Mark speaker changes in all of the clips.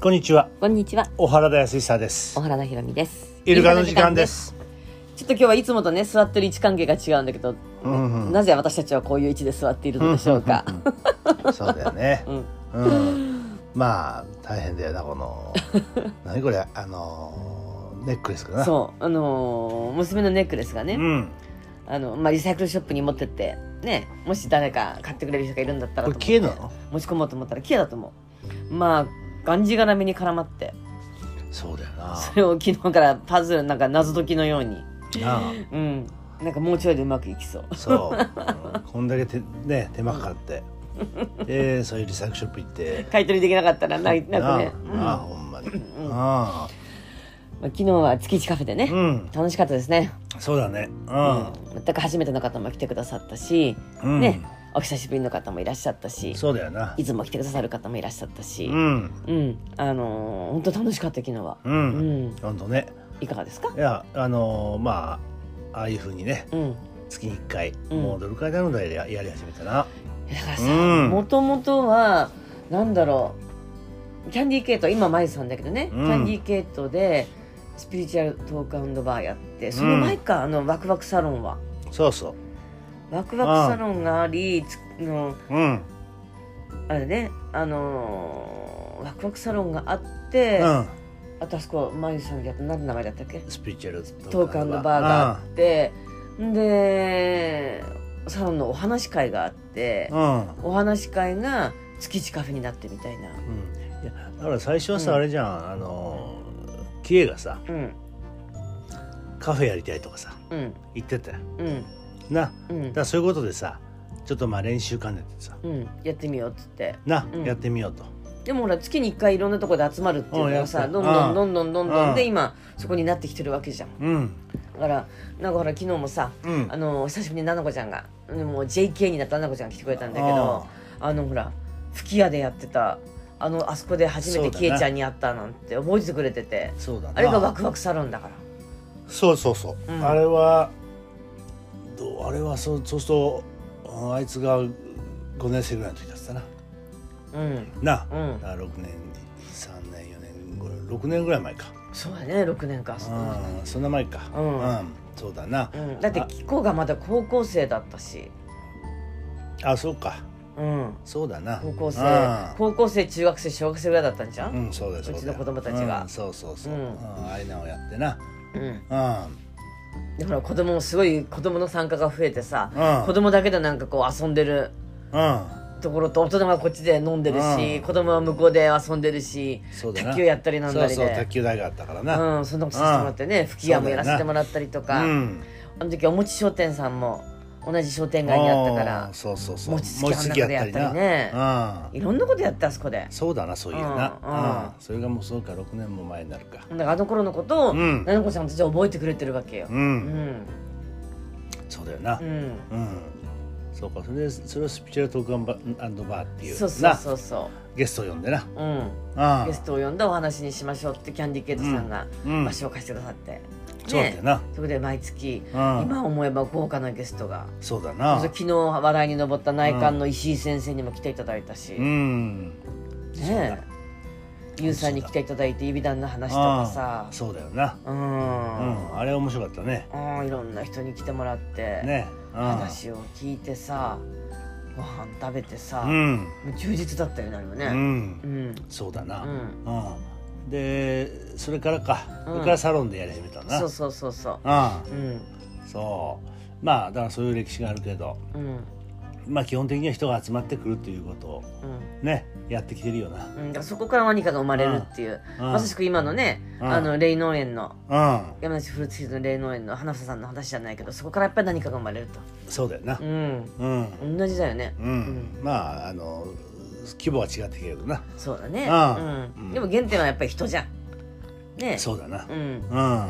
Speaker 1: こんにちは、
Speaker 2: こんにちは、
Speaker 1: 小原田康久です
Speaker 2: 小。原田ひろみです。
Speaker 1: イルカの時間で。す。
Speaker 2: ちょっと今日はいつもとね、座ってる位置関係が違うんだけど、
Speaker 1: うんうん
Speaker 2: なぜ私たちはこういう位置で座っているのでしょうか。
Speaker 1: そうだよね。
Speaker 2: うん、
Speaker 1: うん。まあ大変だよなこ の何これあのネックレスかな。
Speaker 2: そう、あのー娘のネックレスがね、
Speaker 1: うん。
Speaker 2: あの、まあ、リサイクルショップに持ってって、ね、もし誰か買ってくれる人がいるんだったら
Speaker 1: ことれ
Speaker 2: 思って
Speaker 1: 消えなの？
Speaker 2: 持ち込もうと思ったら消えだと思う。まあ、がんじがらみに絡まって、
Speaker 1: そうだよな。
Speaker 2: それを昨日からパズルなんか謎解きのように、
Speaker 1: な
Speaker 2: うん、なんかもうちょいでうまくいきそう。
Speaker 1: あ。そう。うんこんだけてね手間かか って。でそういうリサイクルショップ行って。
Speaker 2: 買い取りできなかったらない、なくね。
Speaker 1: あ
Speaker 2: うん
Speaker 1: なあほんまに。あ
Speaker 2: まあ昨日は月一カフェでね、
Speaker 1: あ。うん。
Speaker 2: 楽しかったですね、
Speaker 1: そうだね。
Speaker 2: うん、全く初めての方も来てくださったし、
Speaker 1: うん。
Speaker 2: ね。お久しぶりの方もいらっしゃったし
Speaker 1: そうだよな。
Speaker 2: いつも来てくださる方もいらっしゃったし、
Speaker 1: う
Speaker 2: うん
Speaker 1: ん。
Speaker 2: あのー本当楽しかった昨日は、
Speaker 1: う。
Speaker 2: うんん、
Speaker 1: 本当ね。
Speaker 2: いかがですか
Speaker 1: いやあのまあああいうふうにね
Speaker 2: うん、
Speaker 1: 月に1回、
Speaker 2: うん
Speaker 1: もうどれくらいなのだややり始めたな
Speaker 2: だからさ
Speaker 1: うん
Speaker 2: もともとはなんだろうキャンディー系統今マイさんだけどね、
Speaker 1: うん
Speaker 2: キャンディー系統でスピリチュアルトークバーやってその前か、あのワクワクサロンは
Speaker 1: そうそ
Speaker 2: ワクワクサロンがありつの
Speaker 1: ううん
Speaker 2: あれねあのーワクワクサロンがあって、
Speaker 1: うん
Speaker 2: あとあそこまゆさんでやった何の名前だったっけ
Speaker 1: スピリチュアル
Speaker 2: トークバーがあってんでサロンのお話し会があって
Speaker 1: うん、うん
Speaker 2: お話し会が月一カフェになってみたいな
Speaker 1: うんいやだから最初はさ、
Speaker 2: うん
Speaker 1: あれじゃんあのキエがさ
Speaker 2: うん
Speaker 1: カフェやりたいとかさ
Speaker 2: うん
Speaker 1: 言ってたよ
Speaker 2: うん
Speaker 1: なだか
Speaker 2: うん
Speaker 1: らそういうことでさちょっとまあ練習兼ねてさ
Speaker 2: うんやってみようっつって
Speaker 1: な、
Speaker 2: うん
Speaker 1: やってみようと
Speaker 2: でもほら月に一回いろんなところで集まるっていうのが
Speaker 1: うんやっ
Speaker 2: さ
Speaker 1: ぱ
Speaker 2: どんどんどんどんどんど
Speaker 1: うん
Speaker 2: んで今そこになってきてるわけじゃん
Speaker 1: うん
Speaker 2: だからなんかほら昨日もさ
Speaker 1: うん
Speaker 2: あの久しぶりにななこちゃんがうんもう JK になったななこちゃんが来てくれたんだけどあのほら吹き矢でやってたあのあそこで初
Speaker 1: そ
Speaker 2: め
Speaker 1: うだ
Speaker 2: て
Speaker 1: ね
Speaker 2: キエちゃんに会ったなんて覚えててくれてて
Speaker 1: そうだな
Speaker 2: あれがワクワクサロンだから
Speaker 1: そうそうそう、
Speaker 2: うん
Speaker 1: あれはどうあれはそうそうするとああいつが5年生ぐらいの時だったな
Speaker 2: うん
Speaker 1: な、
Speaker 2: うん
Speaker 1: あ6年3年4年五年6年ぐらい前か
Speaker 2: そうだね6年か
Speaker 1: うんそんな前か
Speaker 2: うん
Speaker 1: そうだな
Speaker 2: うん、だって
Speaker 1: あ
Speaker 2: キコがまだ高校生だったし、
Speaker 1: あそうか
Speaker 2: うん、
Speaker 1: そうだな
Speaker 2: 高校生
Speaker 1: あ
Speaker 2: 高校生中学生小学生ぐらいだったんじゃ、
Speaker 1: うんんそうだそうだ
Speaker 2: うちの子供たちが
Speaker 1: うんそうそうそう、う
Speaker 2: うん
Speaker 1: んあれなをやってな
Speaker 2: うん、
Speaker 1: う
Speaker 2: でほら子供もすごい子供の参加が増えてさ、
Speaker 1: うん
Speaker 2: 子供だけでなんかこう遊んでる
Speaker 1: んうん
Speaker 2: ところと大人がこっちで飲んでるし、
Speaker 1: うん
Speaker 2: 子供は向こうで遊んでるし
Speaker 1: そうだな
Speaker 2: 卓球やったりなんだりで
Speaker 1: そうそう卓球台があったからな
Speaker 2: うん、そんなことさせてもらってね吹き矢もやらせてもらったりとか、
Speaker 1: うん
Speaker 2: あの時おもち商店さんも同じ商店街にあったか
Speaker 1: あ
Speaker 2: ら
Speaker 1: ーそうそうそう
Speaker 2: 餅つきあん中でやったり
Speaker 1: 餅つ
Speaker 2: ね
Speaker 1: きなうん
Speaker 2: いろんなことやってあそこで
Speaker 1: そうだなそういうな、
Speaker 2: うんうん
Speaker 1: それがもうそうか6年も前になるか
Speaker 2: なんかあの頃のことを、
Speaker 1: うん
Speaker 2: ななこちゃんたちは覚えてくれてるわけよ
Speaker 1: う、
Speaker 2: うんん
Speaker 1: そうだよな
Speaker 2: うん、
Speaker 1: うん、そうかそれでそれをスピリチュアルトークアンバアンドバーっていう
Speaker 2: そうそうそうそ
Speaker 1: なゲストを呼んでな
Speaker 2: ううん
Speaker 1: あ
Speaker 2: ゲストを呼んだお話にしましょうってキャンディーケイトさんが、
Speaker 1: うん
Speaker 2: まあ、紹介してくださって、
Speaker 1: そうだよな、
Speaker 2: そこで毎月、
Speaker 1: うん
Speaker 2: 今思えば豪華なゲストが
Speaker 1: そうだな
Speaker 2: 昨日話題に上った内観の石井先生にも来ていただいたし、
Speaker 1: うん
Speaker 2: ねえゆうさんに来ていただいて指弾の話とかさ
Speaker 1: あそうだよな
Speaker 2: う、
Speaker 1: うん
Speaker 2: うん
Speaker 1: んあれ面白かったね
Speaker 2: いろんな人に来てもらって、
Speaker 1: ねうん
Speaker 2: 話を聞いてさご飯食べてさ、
Speaker 1: う
Speaker 2: も
Speaker 1: ん
Speaker 2: う充実だったよねあれは
Speaker 1: う
Speaker 2: ね
Speaker 1: ん
Speaker 2: うん
Speaker 1: そうだ
Speaker 2: う
Speaker 1: な、うん
Speaker 2: ん
Speaker 1: でそれからか、
Speaker 2: うん
Speaker 1: それからサロンでやり始めたな
Speaker 2: そうそうそうそう
Speaker 1: あ
Speaker 2: うん
Speaker 1: あそうまあだからそういう歴史があるけど
Speaker 2: うん
Speaker 1: まあ基本的には人が集まってくるっていうことを
Speaker 2: うん
Speaker 1: ねやってきてるよな
Speaker 2: うん、だからそこから何かが生まれるっていう、
Speaker 1: うん
Speaker 2: まさしく今のね、
Speaker 1: うん
Speaker 2: あの霊農園の
Speaker 1: うん
Speaker 2: 山梨フルーツシーズン霊農園の花房さんの話じゃないけどそこからやっぱり何かが生まれると
Speaker 1: そうだよな
Speaker 2: うん
Speaker 1: うん
Speaker 2: 同じだよね
Speaker 1: うん、まああの規模は違ってきてるけどな
Speaker 2: そうだね
Speaker 1: う
Speaker 2: うんんでも原点はやっぱり人じゃんね
Speaker 1: そうだな
Speaker 2: うん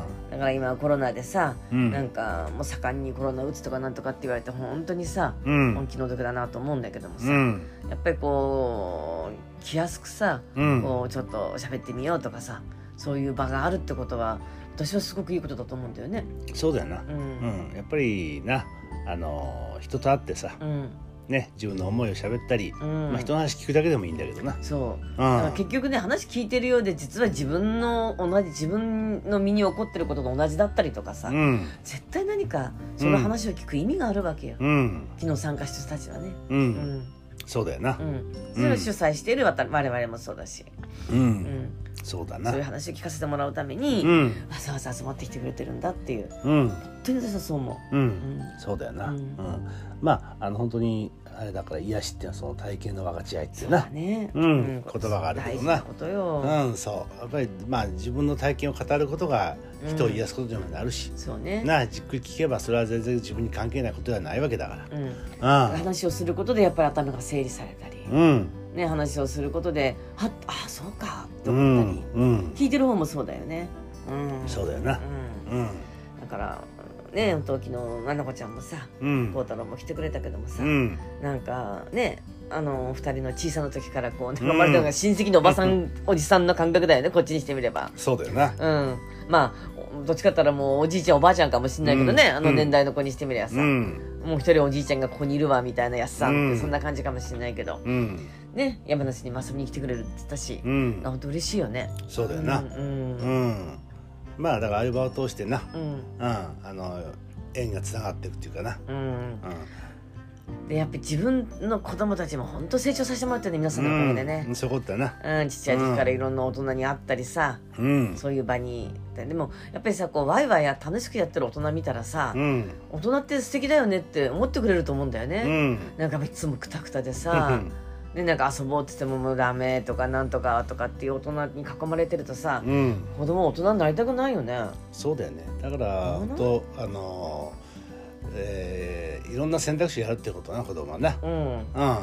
Speaker 1: う
Speaker 2: だから今コロナでさ、
Speaker 1: うん
Speaker 2: なんかもう盛んにコロナ打つとかなんとかって言われて本当にさ、
Speaker 1: うん
Speaker 2: 本気の毒だなと思うんだけどもさ、
Speaker 1: んうん
Speaker 2: やっぱりこう気安くさ、
Speaker 1: うん
Speaker 2: こうちょっと喋ってみようとかさそういう場があるってことは私はすごくいいことだと思うんだよね。
Speaker 1: そうだよな
Speaker 2: うん
Speaker 1: うん、やっぱりなあの人と会ってさ
Speaker 2: うん
Speaker 1: ね自分の思いを喋ったり、
Speaker 2: うん
Speaker 1: まあ、人の話聞くだけでもいいんだけどな
Speaker 2: そう
Speaker 1: うん
Speaker 2: だから結局ね話聞いてるようで実は自分の同じ自分の身に起こってることが同じだったりとかさ、
Speaker 1: うん
Speaker 2: 絶対何かその話を聞く意味があるわけよ、
Speaker 1: うん
Speaker 2: 昨日参加した人たちはね
Speaker 1: うん、
Speaker 2: うん
Speaker 1: そうだよな
Speaker 2: うんそれを主催しているわた我々もそうだし、
Speaker 1: うん、
Speaker 2: うん、
Speaker 1: そうだな
Speaker 2: そういう話を聞かせてもらうために、
Speaker 1: うん
Speaker 2: わざわざ集まってきてくれてるんだっていう
Speaker 1: うん
Speaker 2: 本当に私はそう思
Speaker 1: う
Speaker 2: う、うんん
Speaker 1: そうだよな、う
Speaker 2: う
Speaker 1: んんまああの本当にあれだから癒しっていうのはその体験の分かち合いっていうな
Speaker 2: だね、
Speaker 1: うん言葉があるけどな
Speaker 2: 大事なことよ、
Speaker 1: うんそうやっぱりまあ自分の体験を語ることが人を癒すことにもなるし、
Speaker 2: そうね
Speaker 1: なあじっくり聞けばそれは全然自分に関係ないことではないわけだか
Speaker 2: うん、
Speaker 1: ら
Speaker 2: 話をすることでやっぱり頭が整理されたり、
Speaker 1: うんうん
Speaker 2: ね、話をすることでああそうかと
Speaker 1: う
Speaker 2: 思ったり、
Speaker 1: んうん
Speaker 2: 聞いてる方もそうだよね、うん、
Speaker 1: そうだよな
Speaker 2: う
Speaker 1: うん
Speaker 2: ん、だからね本当昨日菜々子ちゃんもさ
Speaker 1: うん
Speaker 2: 孝太郎も来てくれたけどもさ、
Speaker 1: うん
Speaker 2: なんかねあの二人の小さな時からこうなん
Speaker 1: うん
Speaker 2: かまるでなんか親戚のおばさん、おじさんの感覚だよねこっちにしてみれば
Speaker 1: そうだよな
Speaker 2: うんまあどっちかって言ったらもうおじいちゃんおばあちゃんかもしれないけどね、
Speaker 1: うん
Speaker 2: あの年代の子にしてみりゃさ、
Speaker 1: うん
Speaker 2: もう一人おじいちゃんがここにいるわみたいなやっさんって、
Speaker 1: うん
Speaker 2: そんな感じかもしれないけど
Speaker 1: うん
Speaker 2: ね山梨にも遊びに来てくれるって言ったし、
Speaker 1: うん
Speaker 2: あ本当嬉しいよね
Speaker 1: そうだよな
Speaker 2: うんうん
Speaker 1: う、んまあだから相場を通してな
Speaker 2: うん
Speaker 1: うんあの縁がつながっていくっていうかな
Speaker 2: うん
Speaker 1: うん
Speaker 2: でやっぱり自分の子供たちも本当成長させてもらってるね皆さんのおかげでね
Speaker 1: う、ん、そういうことだな
Speaker 2: うんちっちゃい時からいろんな大人に会ったりさ、
Speaker 1: うん
Speaker 2: そういう場にででもやっぱりさこうワイワイや楽しくやってる大人見たらさ、
Speaker 1: うん
Speaker 2: 大人って素敵だよねって思ってくれると思うんだよ
Speaker 1: う
Speaker 2: ね、
Speaker 1: ん
Speaker 2: なんかいつもクタクタでさでなんか遊ぼうって言ってももうダメとかなんとかとかっていう大人に囲まれてるとさ、
Speaker 1: うん
Speaker 2: 子供は大人になりたくないよね
Speaker 1: そうだよねだから
Speaker 2: うん
Speaker 1: 本当あのーえーいろんな選択肢やるってことな子供はな
Speaker 2: うん
Speaker 1: う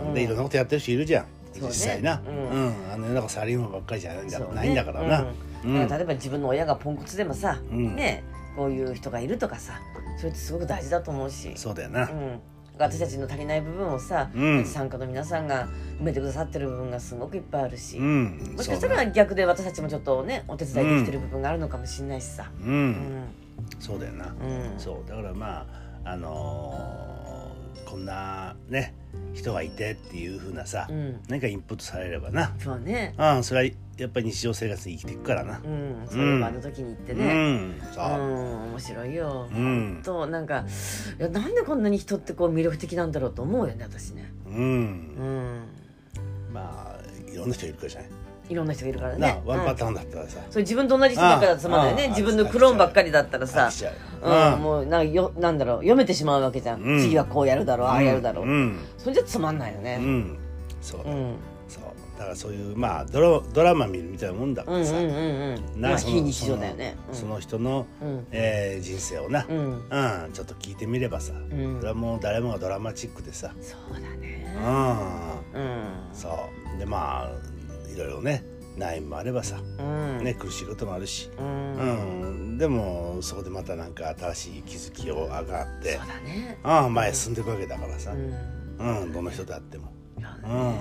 Speaker 1: ん、
Speaker 2: うん
Speaker 1: でいろんなことやってる人いるじゃん、
Speaker 2: そうね
Speaker 1: 実際な、
Speaker 2: う
Speaker 1: うんんあの世の中サラリーマンばっかりじゃないんだ,、
Speaker 2: そうね
Speaker 1: ないんだからなう
Speaker 2: うん
Speaker 1: ん、
Speaker 2: だから例えば自分の親がポンコツでもさ、
Speaker 1: うん
Speaker 2: ねこういう人がいるとかさそれってすごく大事だと思うし
Speaker 1: そうだよな、
Speaker 2: うん、私たちの足りない部分をさ、
Speaker 1: うん
Speaker 2: 参加の皆さんが埋めてくださってる部分がすごくいっぱいあるし、
Speaker 1: うん、
Speaker 2: もしかした
Speaker 1: そうだ
Speaker 2: ら
Speaker 1: な
Speaker 2: 逆で私たちもちょっとねお手伝いできてる部分があるのかもしれないしさ。
Speaker 1: う、
Speaker 2: うんん
Speaker 1: そうだよな、
Speaker 2: うん
Speaker 1: そうだからまああのーこんなね人がいてっていう風なさ、
Speaker 2: うん
Speaker 1: 何かインプットされればな
Speaker 2: そうね、
Speaker 1: うんそれはやっぱり日常生活に生きていくからな
Speaker 2: うん、そういえばあの時に行って
Speaker 1: う
Speaker 2: ね、
Speaker 1: ん
Speaker 2: う
Speaker 1: そ
Speaker 2: ん
Speaker 1: う、
Speaker 2: 面白いよ。
Speaker 1: うん
Speaker 2: となんかいやなんでこんなに人ってこう魅力的なんだろうと思うよね私ね。
Speaker 1: う、
Speaker 2: うんん、
Speaker 1: まあいろんな人いるからじゃない、
Speaker 2: いろんな人がいるから
Speaker 1: な
Speaker 2: ね。
Speaker 1: ワン
Speaker 2: う
Speaker 1: パ
Speaker 2: ん
Speaker 1: ターンだったらさ、
Speaker 2: それ自分と同じ人ばっかりだとつまんないよ
Speaker 1: あ
Speaker 2: ね
Speaker 1: あ
Speaker 2: 自分のクローンばっかりだったらさ
Speaker 1: 飽きちゃう
Speaker 2: うん、
Speaker 1: うん
Speaker 2: もうなんかよなんだろう読めてしまうわけじゃん、
Speaker 1: うん
Speaker 2: 次はこうやるだろうああやるだろう、
Speaker 1: うん、
Speaker 2: それじゃつまんないよ
Speaker 1: うん
Speaker 2: ね
Speaker 1: そう
Speaker 2: う
Speaker 1: だ、
Speaker 2: ん
Speaker 1: そうだからそういうまあドラドラマ見るみたいなもんだか
Speaker 2: うんう
Speaker 1: ら
Speaker 2: んう
Speaker 1: さ、
Speaker 2: んうん
Speaker 1: な
Speaker 2: まあ
Speaker 1: そ
Speaker 2: 非
Speaker 1: の
Speaker 2: 日常だよね
Speaker 1: そのその人の、
Speaker 2: うん
Speaker 1: えー人生をな、
Speaker 2: う
Speaker 1: うん
Speaker 2: ん、うん、
Speaker 1: ちょっと聞いてみればさ、
Speaker 2: ん
Speaker 1: それはもう誰もがドラマチックでさ、
Speaker 2: そうだね
Speaker 1: う
Speaker 2: うん
Speaker 1: ん、そうでまあいろいろね悩みもあればさ、
Speaker 2: うん
Speaker 1: ね、苦しいこともあるし、
Speaker 2: うん、
Speaker 1: うん、でもそこでまたなんか新しい気づきを上がって
Speaker 2: そうだね
Speaker 1: ああ前進んでいくわけだからさ、
Speaker 2: う
Speaker 1: うん
Speaker 2: ん
Speaker 1: どの人であっても。
Speaker 2: そうだ
Speaker 1: う
Speaker 2: ね
Speaker 1: ん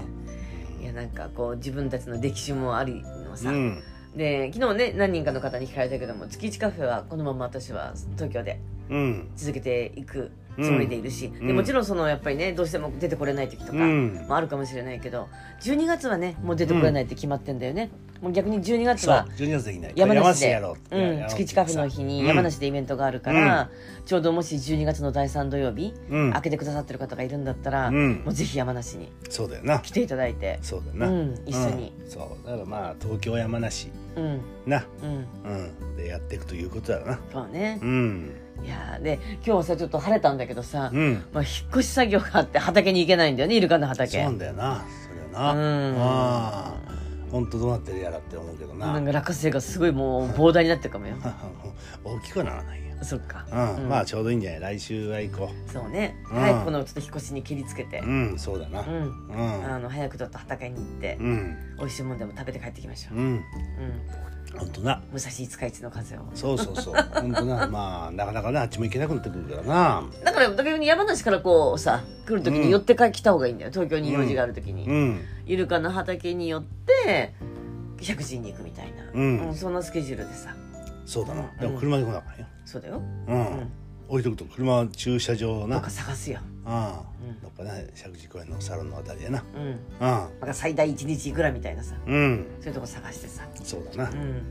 Speaker 2: いやなんかこう自分たちの歴史もありのさ、
Speaker 1: うん
Speaker 2: で昨日ね何人かの方に聞かれたけども月一カフェはこのまま私は東京で
Speaker 1: うん
Speaker 2: 続けていくつもりでいるし、でもちろんそのやっぱりねどうしても出てこれない時とか
Speaker 1: うん
Speaker 2: もあるかもしれないけど12月はねもう出てこれないって決まってんだよね、もう逆に12月
Speaker 1: そう
Speaker 2: は
Speaker 1: 12月できない
Speaker 2: 山梨で
Speaker 1: やろうって
Speaker 2: うん、月地カフェの日に山梨でイベントがあるから、ちょうどもし12月の第3土曜日、
Speaker 1: うん
Speaker 2: 開けてくださってる方がいるんだったら、
Speaker 1: うん
Speaker 2: もうぜひ山梨に
Speaker 1: そうだよな
Speaker 2: 来ていただいて
Speaker 1: そうだよ
Speaker 2: う
Speaker 1: な、
Speaker 2: ん一緒に
Speaker 1: うんそうだからまあ東京山梨
Speaker 2: うん
Speaker 1: な
Speaker 2: うん
Speaker 1: うんでやっていくということだろうな
Speaker 2: そうね
Speaker 1: う、ん
Speaker 2: いやーで今日はさちょっと晴れたんだけどさ、
Speaker 1: うん
Speaker 2: まあ、引っ越し作業があって畑に行けないんだよねイルカの畑
Speaker 1: そうなんだよなそれな
Speaker 2: うん
Speaker 1: ああ本当どうなってるやらって思うけどな
Speaker 2: なんか落花生がすごいもう膨大になってるかもよ
Speaker 1: 大きくはならないよ
Speaker 2: そっか
Speaker 1: うん、
Speaker 2: うん
Speaker 1: まあちょうどいいんじゃない来週は行こ
Speaker 2: そうね、
Speaker 1: うん
Speaker 2: 早くこのちょっと引っ越しに切りつけて
Speaker 1: うう、んそうだな
Speaker 2: う
Speaker 1: うん
Speaker 2: あ
Speaker 1: ん
Speaker 2: の早くちょっと畑に行って、
Speaker 1: うん
Speaker 2: 美味しいもんでも食べて帰ってきましょう、
Speaker 1: うん
Speaker 2: うん、
Speaker 1: 本当な
Speaker 2: 武蔵五日市の風を
Speaker 1: そうそう そう本当なまあなかなかなあっちも行けなくなってくるからな
Speaker 2: だから逆に山梨からこうさ来る時
Speaker 1: う
Speaker 2: に
Speaker 1: ん
Speaker 2: 寄ってか来た方がいいんだよ東京に用事がある時に、
Speaker 1: うん
Speaker 2: イルカの畑に寄って百人に行くみたいな、
Speaker 1: うん
Speaker 2: そんなスケジュールでさ
Speaker 1: そうだな、
Speaker 2: うん
Speaker 1: でも車で来なあかんよ
Speaker 2: そうだよ、
Speaker 1: うん、
Speaker 2: うん
Speaker 1: 置いとくと車駐車場な
Speaker 2: どっか探すよ
Speaker 1: うん
Speaker 2: うん
Speaker 1: どっかね石神公園のサロンのあたりやな
Speaker 2: うん
Speaker 1: うん
Speaker 2: なんか最大1日いくらみたいなさ
Speaker 1: うん
Speaker 2: そういうとこ探してさ
Speaker 1: そうだな、
Speaker 2: うん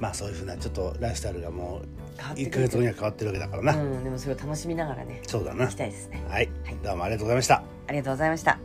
Speaker 1: まあそういうふうなちょっとライフスタイルがも
Speaker 2: 変わ
Speaker 1: う
Speaker 2: って
Speaker 1: 1
Speaker 2: く
Speaker 1: か
Speaker 2: る
Speaker 1: 月後には変わってるわけだからな、
Speaker 2: うんでもそれを楽しみながらね
Speaker 1: そうだな
Speaker 2: 行きたいですね
Speaker 1: はいどうもありがとうございました
Speaker 2: ありがとうございました